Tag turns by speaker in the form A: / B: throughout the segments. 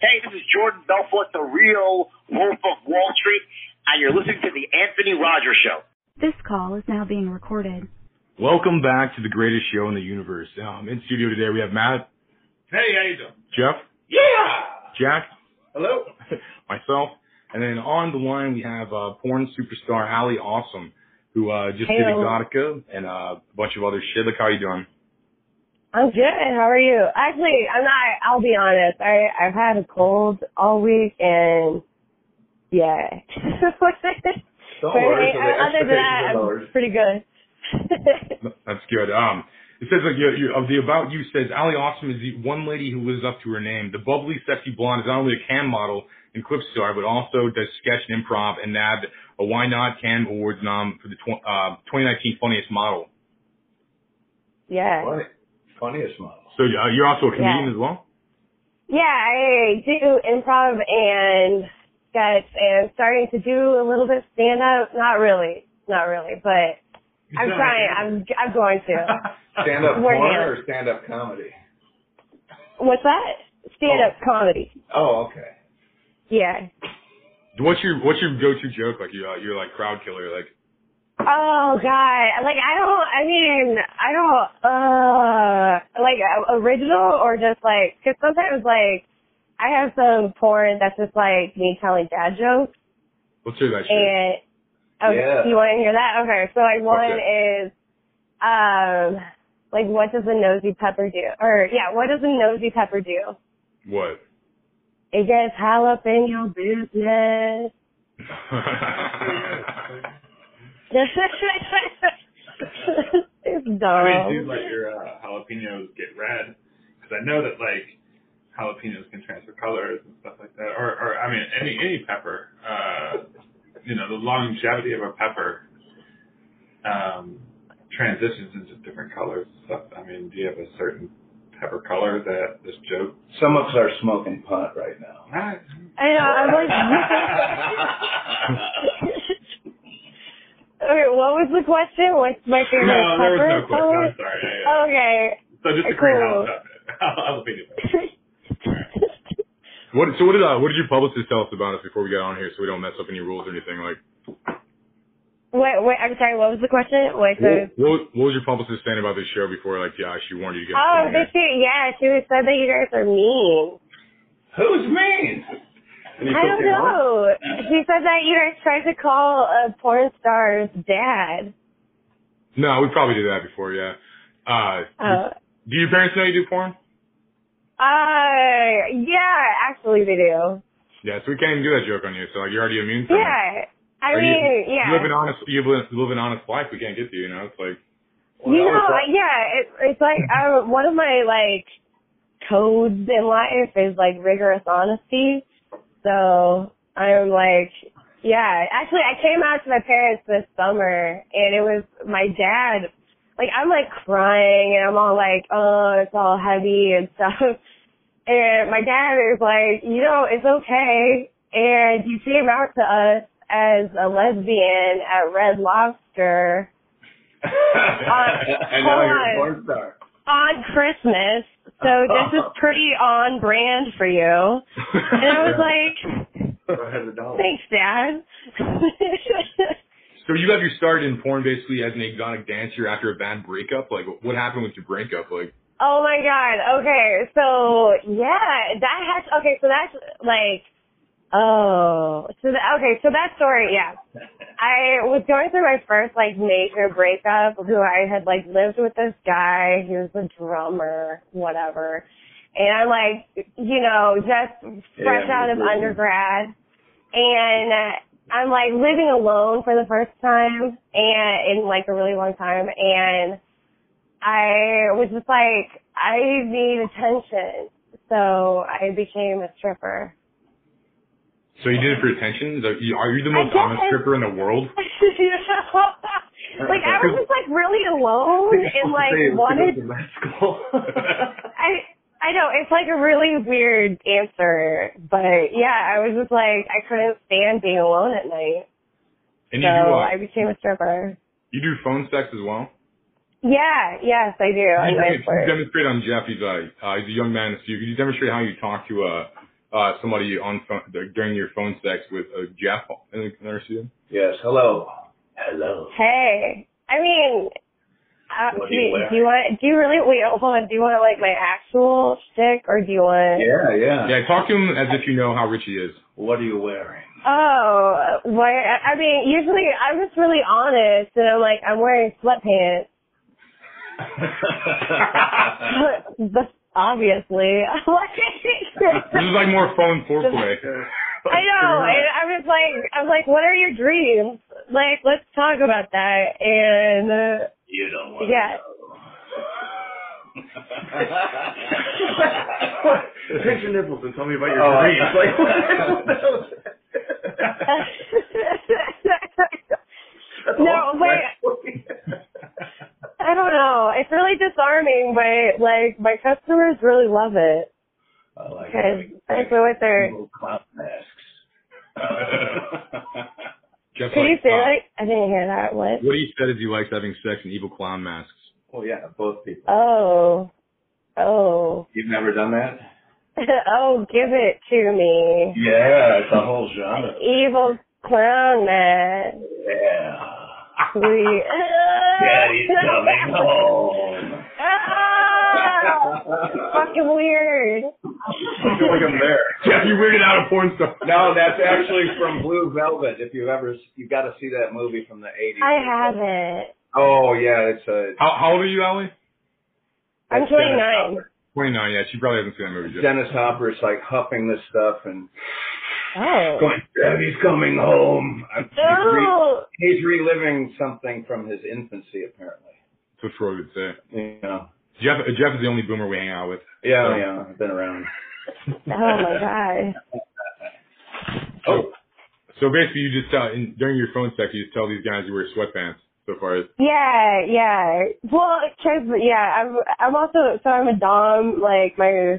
A: Hey, this is Jordan Belfort, the real Wolf of Wall Street, and you're listening to The Anthony Rogers Show.
B: This call is now being recorded.
C: Welcome back to the greatest show in the universe. Um, in studio today we have Matt,
D: Hey, how you doing?
C: Jeff,
D: Yeah.
C: Jack,
D: Hello.
C: myself, and then on the line we have uh, porn superstar Ali Awesome, who uh, just did
E: Heyo.
C: Exotica and uh, a bunch of other shit. Look how you doing?
E: I'm good. How are you? Actually, I'm not. I'll be honest. I I've had a cold all week, and yeah.
C: Don't
E: But hey, other than that, I'm pretty good.
C: That's good. Um, it says like you, you, of the about you says Ali Awesome is the one lady who lives up to her name. The bubbly, sexy blonde is not only a cam model and clip star, but also does sketch and improv and nabbed a Why Not Cam Awards nom for the tw- uh, 2019 Funniest Model.
E: yeah.
D: Funniest model.
C: So uh, you're also a comedian
E: Yeah.
C: as well.
E: Yeah, I do improv and sketch, and starting to do a little bit stand up. Not really, not really, but I'm trying. I'm I'm going to.
D: Stand up
E: We're
D: porn
E: here.
D: or stand up comedy?
E: What's that? Stand up comedy.
D: Oh, okay.
E: Yeah.
C: What's your what's your go-to joke? Like you're uh, you're like crowd killer. Like
E: Oh god, like I don't. I mean, I don't. Uh, like uh, original or just like because sometimes like I have some porn that's just like me telling dad jokes
C: let's hear that shit.
E: and oh,
D: Yeah.
E: you want to hear that? Okay, so like one
C: Okay.
E: is um like what does a nosy pepper do? Or yeah, what does a nosy pepper do?
C: What?
E: It gets hell up in your business. it's
F: I
E: dumb.
C: Um,
F: mean, do let your uh, jalapenos get red because I know that like jalapenos can transfer colors and stuff like that. Or, or I mean, any any pepper. Uh, you know, the longevity of a pepper um, transitions into different colors. and Stuff. I mean, do you have a certain pepper color that this joke?
D: Some of us are smoking pot right now.
F: I,
E: I know. I'm like. okay, what was the question? What's my favorite
F: no, there was
E: pepper
F: no question.
E: color?
F: I'm sorry. I, uh,
E: Okay.
F: so just a
E: cool.
F: greenhouse pepper. jalapeno pepper.
C: What? So what did uh, what did your publicist tell us about us before we got on here? So we don't mess up any rules or anything. Like
E: wait, wait. I'm sorry. What was the question? Wait, so.
C: what, what, what was your publicist saying about this show before? Like yeah, she warned you to get. on
E: Oh, they
C: here?
E: she, yeah, she was said that you guys are mean.
D: Who's mean?
E: I don't know. She said that you guys tried to call a porn star's dad.
C: No, we probably did that before. Yeah. Uh,
E: Uh,
C: do your parents know you do porn?
E: uh, yeah, actually they do.
C: Yeah, so we can't even do that joke on you. So like, you're already immune from it.
E: Yeah. I
C: Are you-
E: mean, yeah.
C: You live an honest, you live, live an honest life. We can't get to you. You know, it's like
E: you know, like, yeah, it, it's like I, one of my like codes in life is like rigorous honesty. So I'm like, yeah. Actually, I came out to my parents this summer, and it was my dad. Like I'm like crying, and I'm all like, oh, it's all heavy and stuff. And my dad is like, you know, it's okay. And you came out to us as a lesbian at Red Lobster Uh,
D: and now you're a porn star.
E: on Christmas, so this is pretty on brand for you. And I was like,
D: Go ahead, a dollar.
E: thanks, Dad.
C: So you got your start in porn basically as an exotic dancer after a bad breakup. Like, what happened with your breakup? Like,
E: oh my God. Okay. So yeah, that has, okay. So that's like, oh, so that, okay. So that story, yeah. I was going through my first like major breakup who I had like lived with this guy. He was a drummer, whatever. And I'm like, you know, just fresh
D: Yeah,
E: out of
D: absolutely.
E: undergrad. And uh, I'm like living alone for the first time and in like a really long time. And I was just like, I need attention. So I became a stripper.
C: so you did it for attention? Is that- you- Are you the most
E: I
C: honest
E: guess.
C: stripper in the world?
E: like I was just like really alone and like wanted I I know it's like a really weird answer, but yeah, I was just like I couldn't stand being alone at night,
C: And
E: so
C: you do, uh,
E: I became a stripper.
C: you do phone sex as well?
E: Yeah, yes, I do.
C: You
E: I'm
C: can-
E: nice
C: you demonstrate on Jeff. He's a uh, he's a young man. So you, you demonstrate how you talk to uh uh, somebody on phone, during your phone sex with a Jeff in the nursery?
D: Yes. Hello. Hello.
E: Hey, I mean, uh,
D: What
E: do,
D: do you
E: you,
D: wear?
E: do you want? Do you really? Wait, hold on. Do you want like my actual stick, or do you want?
D: Yeah, yeah.
C: Yeah, talk to him as if you know how rich he is.
D: What are you wearing?
E: Oh, what? I I mean, usually I'm just really honest, and I'm like, I'm wearing sweatpants. But obviously,
C: This is
E: like,
C: like more phone foreplay.
E: I know. And I was like, I was like, what are your dreams? Like, let's talk about that. And uh,
D: you don't want
E: yeah,
D: to
G: Pinch your nipples and tell me about your
D: Oh,
G: dreams.
D: yeah.
G: Like, what the hell is that?
E: No, wait. I don't know. It's really disarming, but like my customers really love it
D: I like
E: because
D: it.
E: I feel like they're.
D: Little clown masks.
C: Jeff
E: Could you
C: likes-
E: say
C: uh,
E: that? I didn't hear that. What?
C: What he said is he likes having sex in evil clown masks.
D: well, yeah, both people.
E: Oh, oh,
D: You've never done that?
E: oh! Give it to me,
D: Yeah, it's a whole genre.
E: evil clown man.
D: Yeah.
E: Sweet.
D: Daddy's coming home.
E: Ah! Fucking weird.
D: I feel like I'm there.
C: Jeff, you weirded out a porn star.
D: No, that's actually from Blue Velvet. If you've ever, you've got to see that movie from the 80s.
E: I haven't.
D: Oh, yeah, it's a.
C: How, how old are you, Allie?
E: I'm
D: it's Dennis
E: 29.
D: Hopper.
C: 29, yeah. She probably hasn't seen that movie yet.
D: Dennis Hopper's like huffing this stuff and
E: Oh.
D: going, Daddy's coming home. I'm- He's, re-
E: Oh.
D: he's reliving something from his infancy, apparently.
C: That's what Freud would say.
D: You know.
C: Jeff, uh, Jeff is the only boomer we hang out with.
D: Yeah,
C: So-
D: yeah, I've been around.
E: Oh my god.
D: Oh,
C: So basically, you just tell, in, during your phone sex, you just tell these guys you wear sweatpants so far.
E: Yeah, yeah. Well, 'cause yeah, I'm I'm also so I'm a dom. Like my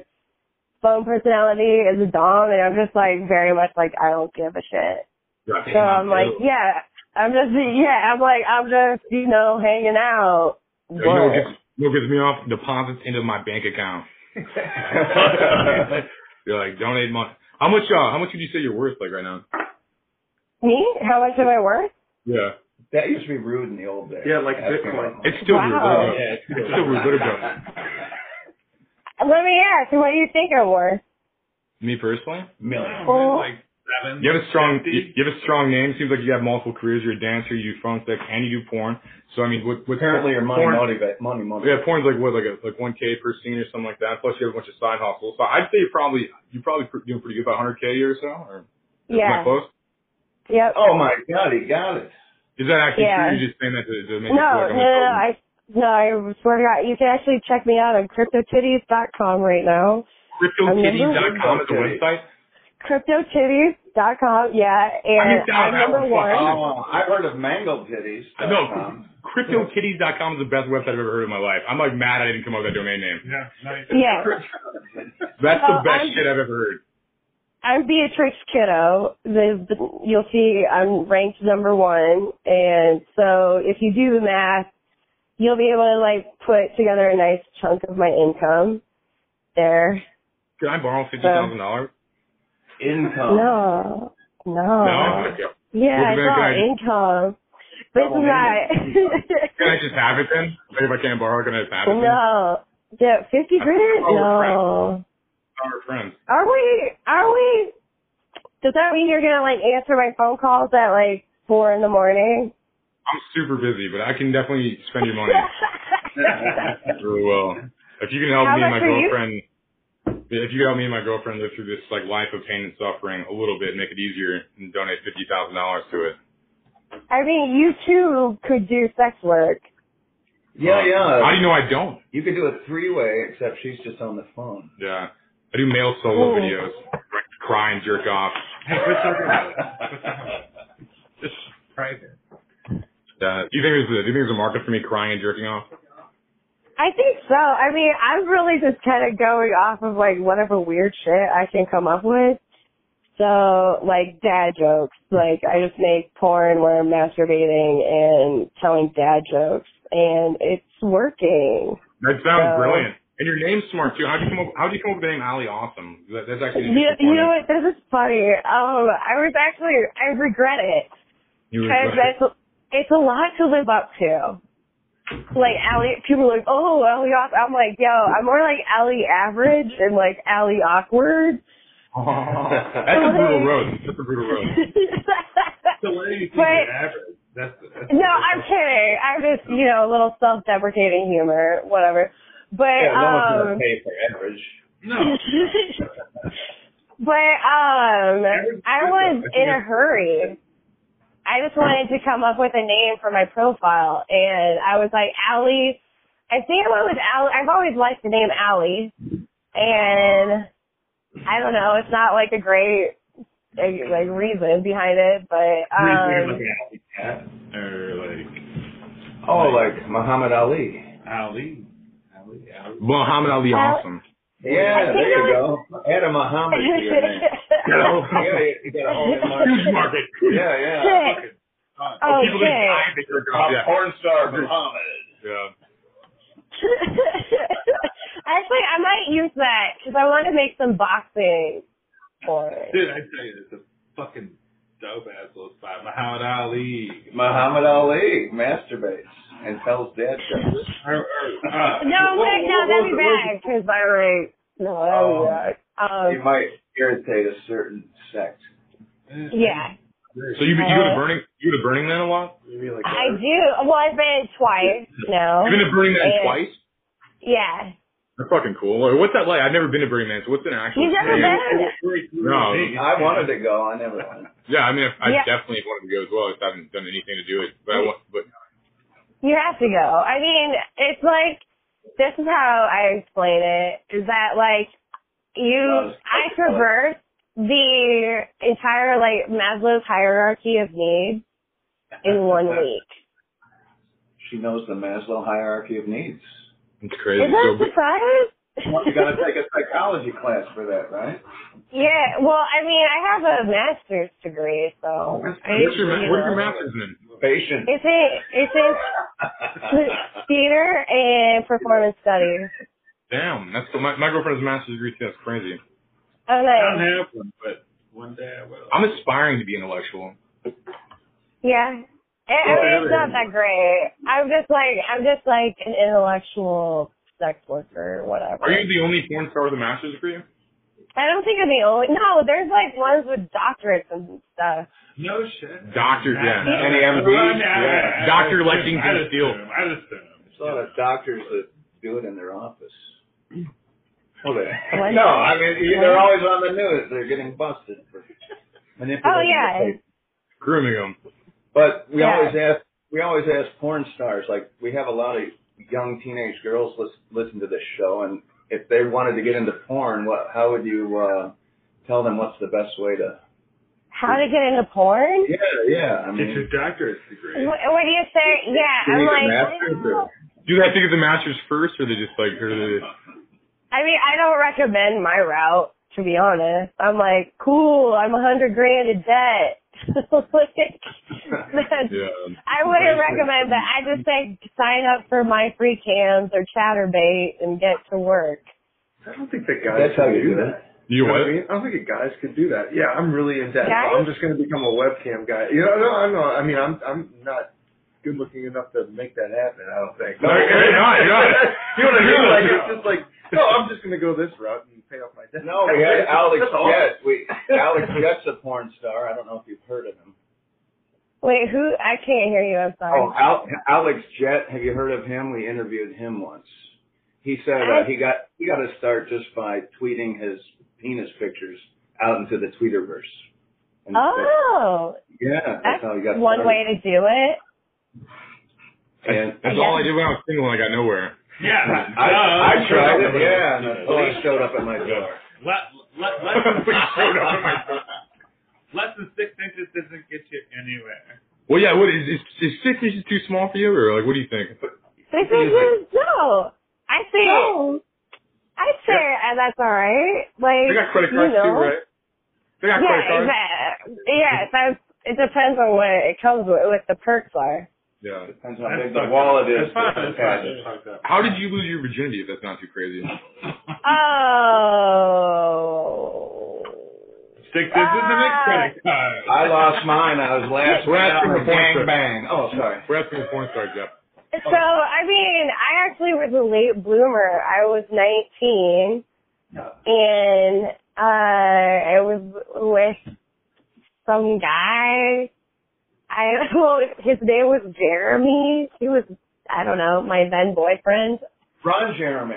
E: phone personality is a dom, and I'm just like very much like I don't give a shit. So
C: Mm-hmm.
E: I'm like, yeah, I'm just yeah, I'm like I'm just you know hanging out.
C: You know what
E: But-
C: gets, you know what gets me off? Deposits into my bank account. You're like, donate money. How much, uh, how much would you say you're worth, like, right now?
E: Me? How much am I worth?
C: Yeah.
D: that used to be rude in the old days.
G: Yeah, like
D: That's
G: Bitcoin.
D: right.
C: It's still
E: Wow.
C: rude.
D: Yeah,
C: It's still rude. What about it?
E: Let me ask. What do you think I'm worth?
C: me personally?
D: million.
E: Oh,
F: Like seven.
C: You have a strong,
F: fifty?
C: you, you have a strong name. Seems like you have multiple careers. You're a dancer, you do phone sex, and you do porn. So I mean, what, what
D: Apparently, your money
C: porn,
D: motivate money motivate.
C: Yeah, porn's like what, like a, like one k per scene or something like that. Plus you have a bunch of side hustles. So I'd say you're probably you're probably pr- doing pretty good, about 100 k a year or so. Or am I
E: yeah.
C: close?
E: Yep.
D: Oh my God, he got it.
C: Is that actually
E: Yeah.
C: true? You're just saying that to, to make
E: No,
C: you
E: uh,
C: feel
E: no,
C: like
E: no,
C: I'm
E: no. I no, I swear to God, you can actually check me out on cryptotitties.com right now.
C: CryptoKitties.com is a
D: Okay.
C: website.
E: Cryptotitties.com, yeah, and
C: I just
E: I'm
C: found that
E: number
C: one. Fuck.
E: one.
D: Oh, I heard of mangled titties.
C: No, CryptoKitties.com is the best website I've ever heard in my life. I'm like mad I didn't come up with that domain name.
F: Yeah, nice.
E: Yeah,
C: That's the
E: Well,
C: best
E: I'm-
C: shit I've ever heard.
E: I'm Beatrix Kiddo. The, the, you'll see I'm ranked number one, and so if you do the math, you'll be able to like put together a nice chunk of my income there.
C: Can I borrow fifty thousand dollars?
D: Income.
E: No, no,
C: Oh. No. Okay. Look at
E: yeah, it's
C: that
E: all
C: guy.
E: income. This
C: Oh,
E: is
D: Double
E: not.
C: Can I just have it then? Like if I can't borrow, can I just have it? Then?
E: No. Yeah, 50 grand?
C: Oh, crap.
E: No.
C: Our friends.
E: Are we, are we, does that mean you're gonna like answer my phone calls at like four in the morning?
C: I'm super busy, but I can definitely spend your money really well. If you can help
E: How
C: me and my
E: much are you-
C: girlfriend, yeah, if you can help me and my girlfriend live through this like life of pain and suffering a little bit, make it easier, and donate fifty thousand dollars to it.
E: I mean, you too could do sex work.
D: Yeah, yeah.
C: Um, How do you know I don't?
D: You could do a three-way, except she's just on the phone.
C: Yeah, I do male solo
E: Oh.
C: videos, like cry and jerk off.
F: Hey, quit talking about it. Quit talking about it. Just private.
C: Uh, do you think there's a, do you think there's a market for me crying and jerking off?
E: I think so. I mean, I'm really just kind of going off of like whatever weird shit I can come up with. So, like dad jokes. Like I just make porn where I'm masturbating and telling dad jokes, and it's working.
C: That sounds
E: Uh,
C: brilliant. And your name's smart too. How do you come up? How do you come up with the name Ali Awesome? That, that's actually an
E: You, you
C: interesting
E: know
C: point.
E: what? This is funny. Um, I was actually I regret it
C: You were-
E: because it's it's a lot to live up to. Like Allie, people are like, oh, Allie off. I'm like, yo, I'm more like Allie average and like Allie awkward.
C: that's a brutal road. That's a brutal road.
F: So where do you think
E: But-
F: you're average? That's, that's
E: no, I'm kidding. I'm just, you know, a little self-deprecating humor, whatever. But
D: Yeah, no one's
E: um,
D: gonna pay for average.
F: No.
E: but um, I was
F: I think
E: in a
F: it's-
E: hurry. I just wanted to come up with a name for my profile, and I was like Allie. I think I went with Allie. I've always liked the name Allie, and I don't know. It's not like a great like like, reason behind it, but
F: Were you
E: um,
F: thinking like an alley cat or
D: Oh, like Muhammad Ali.
F: like Ali? Ali, Ali.
C: Muhammad Ali Awesome.
D: Yeah, there you go. Add a Muhammad to your name.
C: Oh,
D: Yeah, you got a whole new
C: Huge
D: market.
C: market.
D: Yeah, yeah.
F: Fucking son.
E: Oh,
C: People just
E: shit.
C: die if they jerk off.
D: Pop
C: Yeah.
D: Porn star Muhammad.
C: Yeah.
E: Actually, I might use that because I want to make some boxing for it.
F: Dude, I tell you, it's a fucking dope ass little spot. Muhammad Ali.
D: Muhammad Ali masturbates and tells dad jokes.
F: Or, or, uh,
E: No,
F: what-
E: wait, no,
F: what-
E: that'd be
F: what- what-
E: bad because I like no, that'd be
D: Oh.
E: bad. Um,
D: You might irritate a certain sect.
E: yeah,
C: So you you go to Burning you go to Burning Man a lot?
D: You really
E: I do. Well, I've been twice now.
C: You've been to Burning Man
E: Oh, Yeah.
C: twice?
E: Yeah,
C: That's fucking cool. Like, What's that like? I've never been to Burning Man. So what's an actual?
E: You've never
C: Yeah,
E: been?
C: No.
D: I wanted to go. I never went.
C: Yeah, I mean, I, I
E: Yeah.
C: definitely wanted to go as well. I just haven't done anything to do it, but I want, but
E: you have to go. I mean, it's like this is how I explain it: is that like you,
D: Love.
E: I traverse the entire like Maslow's hierarchy of needs in one week.
D: She knows the Maslow hierarchy of needs.
C: it's crazy.
E: Is that
C: So,
E: a surprise?
D: Well, you got to take a psychology class for that, right?
E: yeah, well, I mean, I have a master's degree, so
D: What's
E: I,
C: what's your, ma-
E: you
C: what's your
E: know.
C: master's in?
D: Patient.
E: It's in it's in theater and performance studies.
C: Damn, that's cool. My, my girlfriend has a master's degree too. That's crazy.
E: Oh,
F: I don't
E: nice.
F: have one, but one day I will.
C: I'm aspiring to be intellectual.
E: Yeah. I I mean, it's not that great. I'm just like I'm just like an intellectual sex worker, whatever.
C: Are you the only porn star with a master's degree?
E: I don't think I'm the only. No, there's like ones with doctorates and stuff.
F: no shit.
C: Doctor, yeah.
D: Any MD? Yeah.
C: Dr. Lexington
F: I just
C: Steele.
F: assume, I just assume.
D: There's a lot of doctors that do it in their office. Well, they-
E: What?
D: no, I mean they're always on the news. They're getting busted for manipulating.
E: Oh, yeah.
D: the paper.
C: Grooming them.
D: But we
E: Yeah.
D: always ask. We always ask porn stars. Like we have a lot of young teenage girls lis- listen to this show, and if they wanted to get into porn, what? How would you uh, tell them what's the best way to?
E: How to get into porn?
D: Yeah, yeah. I
F: Get your
D: mean,
F: doctorate's degree.
E: What, what do you say? Yeah,
D: do you
E: I'm
D: need a
E: like.
D: master's or-
C: Do they have to get the master's first, or they just like, or they,
E: I mean, I don't recommend my route, to be honest. I'm like, cool, I'm a hundred grand in debt. Like, that's-
C: yeah.
E: I wouldn't recommend that. I just say sign up for my free cams or chatterbait and get to work.
G: I don't think that guys
D: That's how
G: could
D: you do
G: that.
D: it.
C: You
G: know
C: what?
G: what I mean? I don't think that guys could do that. Yeah, I'm really in debt. so
E: Guys?
G: I'm just going to become a webcam guy. You know, no, I know. I mean, I'm I'm not good looking enough to make that happen. I don't think.
C: No, you're not, you're not.
G: you know what I mean?
C: No,
G: Like
C: no.
G: it's just like no. I'm just going to go this route and pay off my debt.
D: No, we had Alex
G: That's all.
D: Jett. We Alex Jett's a porn star. I don't know if you've heard of him.
E: Wait, who? I can't hear you. I'm
D: Oh,
E: sorry.
D: Al- Alex Jett. Have you heard of him? We interviewed him once. He said uh, he got he got his start just by tweeting his penis pictures out into the Twitterverse. And
E: Oh,
D: yeah, that's,
E: that's
D: how he got
E: one
D: started.
E: way to do it.
D: And
C: That's all I did when I was single. I got nowhere.
F: Yeah.
D: I, I tried it. Yeah, and the
F: Let,
D: police showed up at my door.
F: let, let,
C: We showed up at my door.
F: less than six inches doesn't get you anywhere.
C: Well, yeah. What is is, is six inches too small for you, or like, what do you think?
E: This is just, no. I say, I say, and that's all right. Like,
C: They got credit cards
E: you know,
C: too, right? They got
E: Yeah,
C: credit cards.
E: exactly. Yeah, that's, it depends on what it comes with, what the perks are.
C: Yeah.
D: Depends on how big
F: That's
D: the
F: fucked
D: wallet
F: up.
D: is.
F: That's fine.
D: that's
F: That's fine.
D: attached.
F: That's fucked up.
C: How did you lose your virginity? If that's not too crazy.
E: Oh.
F: Stick this in the next
E: Ah.
F: credit card.
D: I lost mine. I was last
C: We're
D: week out
C: asking
D: in
C: for
D: a
C: porn
D: gang
C: star.
D: bang. Oh, sorry.
C: We're asking for porn star Jeff.
E: So, I mean, I actually was a late bloomer. I was 19 and, uh, I was with some guy. I, well, his name was Jeremy. He was, I don't know, my then boyfriend.
D: Ron Jeremy.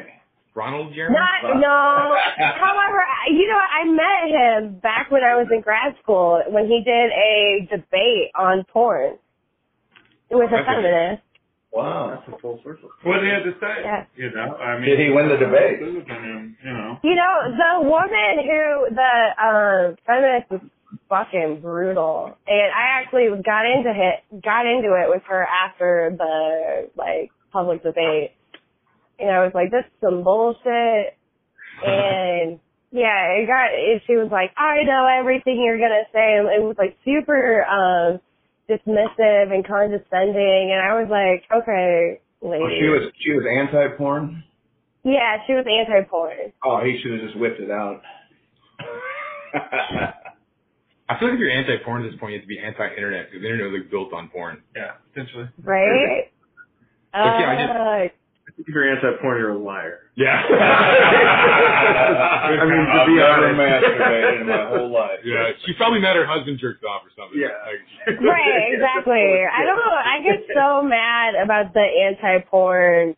C: Ronald Jeremy.
E: Not no. However, I- you know, I met him back when I was in grad school when he did a debate on porn with a
C: That's a-
E: feminist.
D: Wow.
G: That's a full circle.
F: What did he have to say?
E: Yeah.
F: You know, I mean,
D: Did he win the debate?
F: I mean, you know,
E: You know, the woman who the um feminist was fucking brutal, and I actually got into it got into it with her after the like public debate, and I was like, this is some bullshit. and yeah, it got. And she was like, "I know everything you're gonna say," and it was like super um dismissive and condescending. And I was like, "Okay,
D: Well,
E: lady."
D: Oh, she was she was anti-porn.
E: yeah, she was anti-porn.
D: Oh, he should have just whipped it out.
C: I feel like if you're anti-porn at this point, you have to be anti-internet because the internet was like built on porn.
F: yeah, essentially.
E: Right?
C: But yeah, I
G: If you're anti-porn, you're a liar.
C: Yeah.
G: I mean, to be
D: I've never
G: honest.
D: masturbated in my whole life.
C: yeah. She probably met her husband jerked off or something.
G: Yeah.
C: Like,
E: Uh, right, exactly. I don't know. I get so mad about the anti-porn,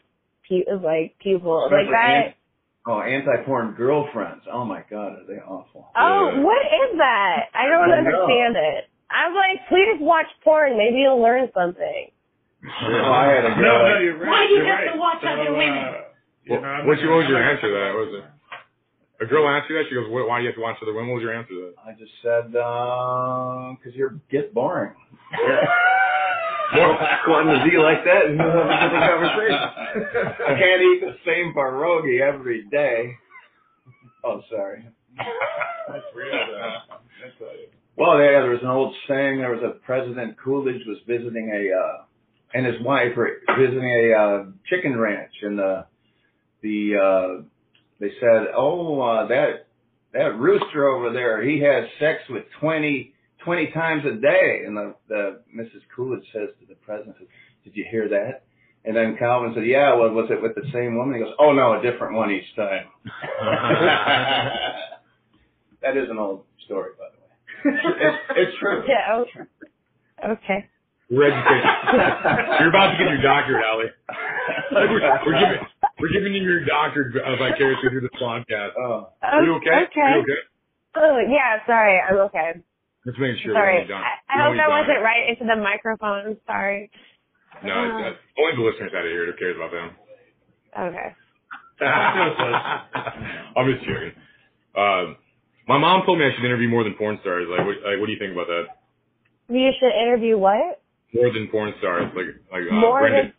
E: pe- like people like
D: Especially
E: that.
D: an- oh, anti-porn girlfriends. Oh my God, are they awful?
E: Oh,
C: Yeah.
E: what is that? I don't
D: I know.
E: understand it. I'm like, please watch porn. Maybe you'll learn something.
D: Oh, I had a
F: No,
D: girl.
F: no, you're right.
H: Why do you
F: you're
H: have to
F: right.
H: watch
F: So,
H: other
F: uh,
H: women?
F: you
C: Well,
F: know, I'm
C: what's
F: not-
C: your- what was your
F: I'm not-
C: answer to that? What was it? a girl asked you that. She goes, "Why why do you have to watch other women?" What was your answer to that?
D: I just said, because you're get boring.
G: Quantum Z like that, and we'll have a different
D: I
G: conversation.
D: can't eat the same pierogi every day. Oh, sorry.
F: That's real. though. uh, That's like-
D: Well, yeah, there was an old saying. There was a President Coolidge was visiting a uh, and his wife were visiting a uh, chicken ranch, and the the uh, they said, "Oh, uh, that that rooster over there, he has sex with twenty twenty times a day." And the, the Mrs. Coolidge says to the president, "Did you hear that?" And then Calvin said, "Yeah, well, was it with the same woman?" He goes, "Oh no, a different one each time." that is an old story, by the way. It's, it's true.
E: Yeah. oh, Okay.
C: We're educated. You're about to get your doctorate, Allie. We're, we're giving we're giving you your doctorate uh, vicariously through this podcast.
D: Oh,
E: Oh,
C: Are you okay? Are you okay?
E: Oh, yeah. Sorry, I'm okay.
C: Let's make sure.
E: sorry.
C: that you're done.
E: I, I
C: No,
E: hope
C: you're
E: that
C: done.
E: wasn't right into the microphone. I'm sorry.
C: No, it's, it's uh, only the listeners out of here who cares about them.
E: Okay.
C: I'm just joking. Um, my mom told me I should interview more than porn stars. Like, what, like, what do you think about that?
E: You should interview what?
C: More than porn stars, like like uh,
E: More
C: Brendan.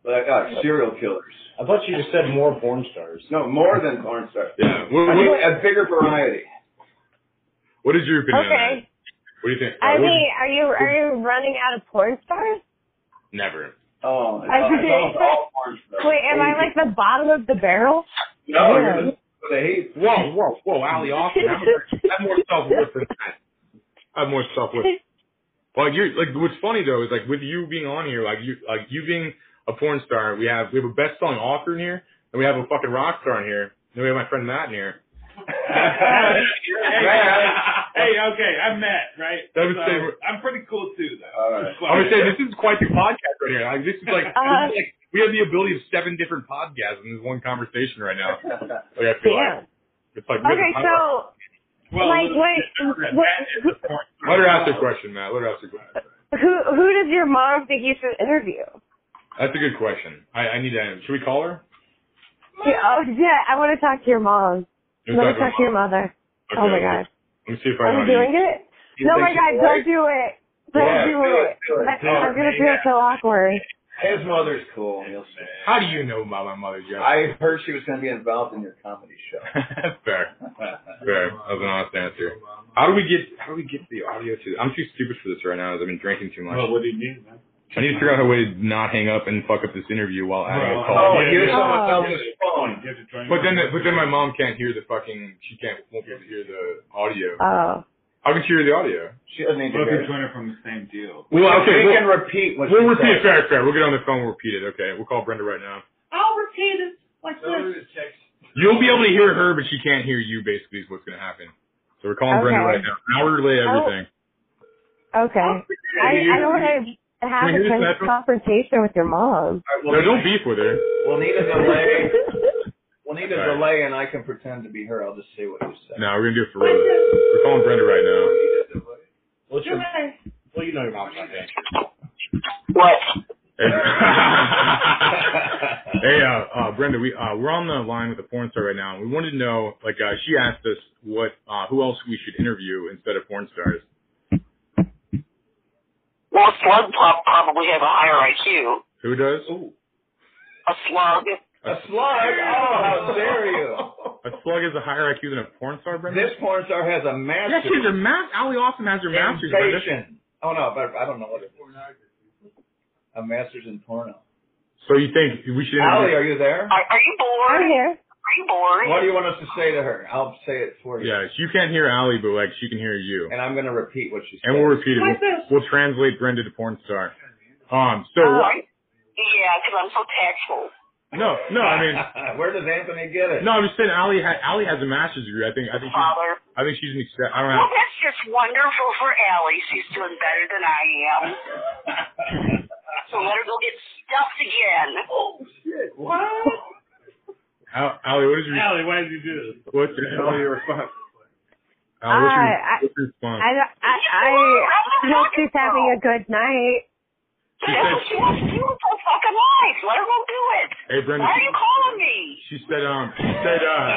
D: like uh, serial killers.
I: I thought you just said more porn stars.
D: No, more than porn stars.
C: Yeah. What,
D: I
C: what,
D: mean, a bigger variety.
C: what is your opinion? On that?
E: Okay.
C: What do you think? Uh,
E: I
C: what-
E: mean, are you are you running out of porn stars?
C: never.
D: Oh, it's
E: I
D: all- it's
E: see.
D: almost all porn stars.
E: Wait, am I like the bottom of the barrel?
D: No,
E: Yeah.
D: you're the, the heat.
C: Whoa, whoa, whoa, Allie Austin. I'm, I'm more self worth than that. I'm more self worth. Well, you're like what's funny though is like with you being on here, like you like you being a porn star, we have we have a best selling author in here, and we have a fucking rock star in here, and we have my friend Matt in here.
F: Hey, okay, I'm Matt, right?
C: That would
F: So,
C: say we're-
F: I'm pretty cool too, though.
D: All right.
C: I would say this is quite the podcast right here. Like this is like,
E: Uh-huh.
C: this is like we have the ability of seven different podcasts in this one conversation right now. Like I feel like
E: Damn.
C: it's like we have
E: Okay,
C: a-
E: so
F: well,
E: like, wait, what-
C: let her ask her question, Matt. Let her ask her question.
E: who who does your mom think you should interview?
C: That's a good question. I, I need to. Should we call her?
E: Yeah, oh yeah, I want to talk to your mom. I
C: Let
E: want
C: me
E: to talk to your mother.
C: Okay,
E: Oh my
C: okay.
E: god,
C: Let me see if I know.
E: are
C: how
E: you
C: to
E: doing
C: use-
E: it?
D: You
E: No,
D: think
E: my
D: she's
E: god,
D: right?
E: don't do it. Don't
D: Yeah,
E: do
D: do
E: it.
D: it, do it,
E: I,
D: do it.
E: I'm gonna feel so awkward.
D: His mother's cool. He'll see.
C: How do you know about my mother, Jeff?
D: I heard she was going to be involved in your comedy show.
C: Fair. Fair. That was an honest answer. How do we get how do we get the audio to I'm too stupid for this right now as I've been drinking too much.
F: Well, what do you mean? man?
C: I need to figure out a way to not hang up and fuck up this interview while I
F: Well, oh,
C: call.
F: yeah,
D: here's
F: yeah,
D: someone
F: yeah.
D: else's phone.
F: You have to join
C: But
F: your-
C: then, the, but then my mom can't hear the fucking. She can't won't be able to hear the audio.
E: Oh.
C: How can she hear the audio?
D: She doesn't need to
F: What if
D: hear
F: you
D: it.
F: join her from the same deal?
D: We,
C: Well,
D: can-
C: okay,
D: we
C: we'll-
D: can repeat what
C: We'll
D: she
C: repeat it.
D: said.
C: Fair, fair. We'll get on the phone. We'll repeat it. Okay, we'll call Brenda right now.
H: I'll repeat it like this.
C: You'll be able to hear her, but she can't hear you. Basically, is what's going to happen. So we're calling Brenda
E: Okay.
C: right now. Now we're relay everything.
E: Okay. I, I don't want to have
C: Can you
E: a
C: just-
E: confrontation with your
D: All right,
E: mom.
C: no,
D: we'll,
C: don't beef with her.
D: we'll need a delay. We'll need a
C: All right.
D: delay, and I can pretend to be her. I'll just say what you said.
C: No, we're gonna do it for real. We're calling Brenda right now.
I: Well, it's your,
H: Hooray.
I: well, you know your mom's not there.
A: Well,
C: Hey, hey uh, uh, Brenda, we uh, we're on the line with a porn star right now. We wanted to know, like, uh, she asked us what uh, who else we should interview instead of porn stars.
A: well, slug prob- probably have a higher IQ.
C: Who does?
A: A slug.
D: A slug? Oh, how dare you!
C: A slug has a higher IQ than a porn star, Brenda.
D: This porn star has a
C: yeah, she's
D: master's
C: a mas- Ali Austin has her master's. Brenda.
D: invasion. Oh no, but I don't know what it is. A master's in porno.
C: So you think we should?
D: Allie,
C: Interview-
D: are you there?
A: Are, are you
E: I'm
A: bored?
E: here.
A: Are you bored?
D: What do you want us to say to her? I'll say it for you.
C: yeah, you can't hear Ali, but like she can hear you,
D: And I'm gonna repeat what she said.
C: and we'll repeat it.
H: Like
C: We'll,
H: this.
C: we'll translate Brenda to porn star. Um. So
E: Oh.
A: Yeah, because I'm so tactful.
C: no, no. I mean,
D: where does Anthony get it?
C: no. I'm just saying, Ali. Ha- Ali has a master's degree. I think. I think. She's,
A: Father.
C: I think she's an. Ex- I don't
A: Well,
C: know.
A: that's just wonderful for Allie. She's doing better than I am. So let her go get stuffed again.
C: Al- Ali, what is your
F: Allie, why did you do this?
C: what's your,
G: Tell your response.
C: Ali, what's your,
E: I-
C: what's your response?
E: I, don't- I, I hope she's having a good night.
C: She
A: That's what
C: said-
A: she wants to do with her fucking life. Let her go do it.
C: hey, Brenda.
A: Why are you calling me?
C: She said. Um. She said. Uh.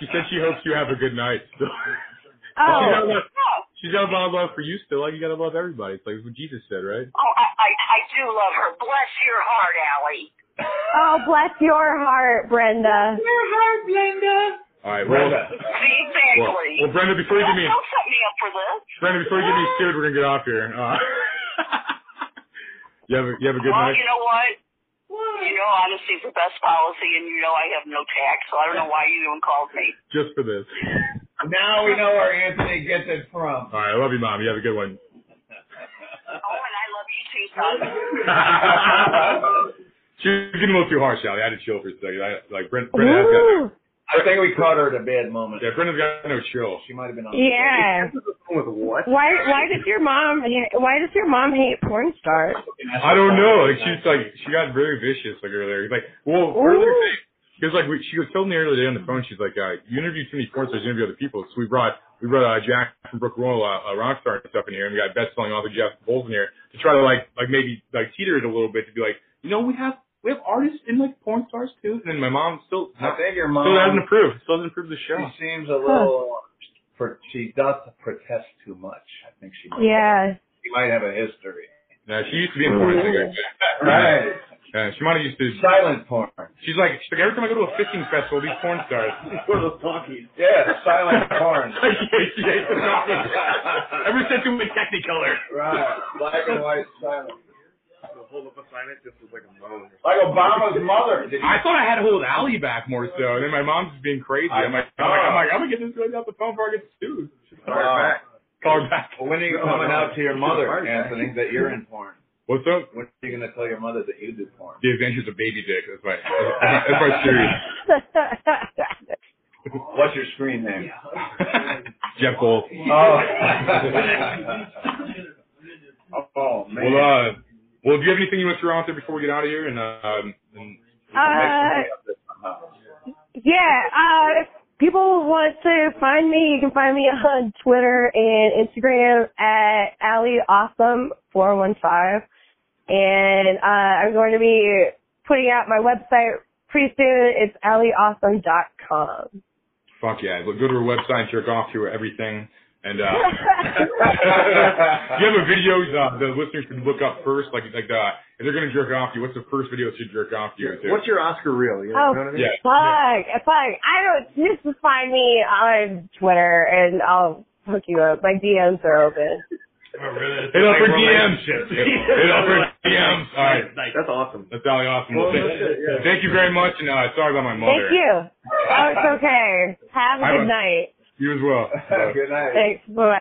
C: She said she hopes you have a good night. So, she's
E: Oh,
C: got a lot,
A: No.
C: she's got a lot of love for you still. Like you got to love everybody. It's like what Jesus said, right?
A: Oh, I, I, I do love her. Bless your heart, Allie.
E: oh, bless your heart, Brenda.
H: Your heart, Blenda.
C: All right. Well,
D: Brenda.
C: well,
A: Exactly.
C: well, Brenda, before you give me.
A: Don't set me up for this.
C: Brandon, before you get me sued, we're gonna get off here. Uh, you have a, you have a good
A: well,
C: night.
A: you know what?
H: What?
A: You know, honesty is the best policy, and you know I have no tax, so I don't know why you even called me.
C: Just for this.
D: Now we know where Anthony gets it from.
C: All right, I love you, mom. You have a good one.
A: Oh, and I love you too, son.
D: I
C: she was getting a little too harsh, Allie. I had to chill for a second. I, like Brent, Brenda has got,
E: Woo.
D: think we caught her at a bad moment.
C: yeah, Brenda's got no chill.
D: She might have been on.
E: Yeah.
G: With what?
E: Why? Why does your mom? ha- Why does your mom hate porn stars?
C: I don't know. Like she's like she got very vicious like earlier. Like well earlier today, because like we, she was telling me earlier today on the phone. She's like, uh, you interviewed too many porn stars, you interview other people. So we brought we brought uh, Jack from Brook Royal, uh, a rock star and stuff in here, and we got best selling author Jeff Bowles in here to try to like like maybe like teeter it a little bit to be like, you know, we have we have artists and like porn stars too. And then my mom still
D: I think your
C: still hasn't
D: mom.
C: approved, Um, still hasn't approved the
D: She
C: show.
D: seems a little. pro- She does protest too much. I think she. Might
E: Yeah.
D: She might have a history.
C: Yeah, she used to be in porn. I think, actually.
D: Right.
C: Yeah, Uh, she might have used to.
D: Silent porn.
C: She's like, she's like every time I go to a fishing festival, these porn stars.
G: One of those talkies.
D: Yeah, silent porn.
C: Ever since it was Technicolor.
D: Right. Black and white silent.
G: They'll hold up a sign that just was like a moan.
D: Like Obama's mother. Did you
C: I thought I had to hold Allie back more so, and then my mom's just being crazy. I'm like, I'm like, I'm like, I'm gonna get this girl off the phone before I get sued.
G: All
C: Uh,
G: right, back.
C: Call her back.
D: When are you coming out to your mother, Anthony, that you're in porn?
C: What's up?
D: When are you going to tell your mother that you do porn?
C: The Adventures of Baby Dick. That's my, that's my series.
D: What's your screen name?
C: Jeff Gold.
D: Oh.
G: Oh, man.
C: Well, uh, well, do you have anything you want to throw out there before we get out of here? And, um, and
E: uh, yeah. Uh, if people want to find me, you can find me on Twitter and Instagram at AllieAwesome415. And uh, I'm going to be putting out my website pretty soon. It's AllieAwesome.com.
C: fuck yeah, go to her website, jerk off to her, everything, and uh. Do you have a video uh, the listeners should look up first? Like, like the, if they're going to jerk off you, what's the first video they should jerk off you to?
G: What's your Oscar reel? You know, know
E: Oh.
G: what I mean?
C: yeah.
E: Fuck, fuck. I don't, just find me on Twitter and I'll hook you up. My DMs are open.
F: Oh, really?
C: Hit up her
F: Like
C: DMs.
F: relationships.
C: Hit up her DMs. All right.
F: Like,
D: That's awesome.
C: That's Ali Awesome. Well,
D: Well,
C: thank,
D: that's it, yeah.
C: thank you very much, and uh, sorry about my mother.
E: Thank you. Oh, it's okay. Have a
C: Bye-bye.
E: good night.
C: You as well. Bye.
D: Good night.
E: Thanks. Bye.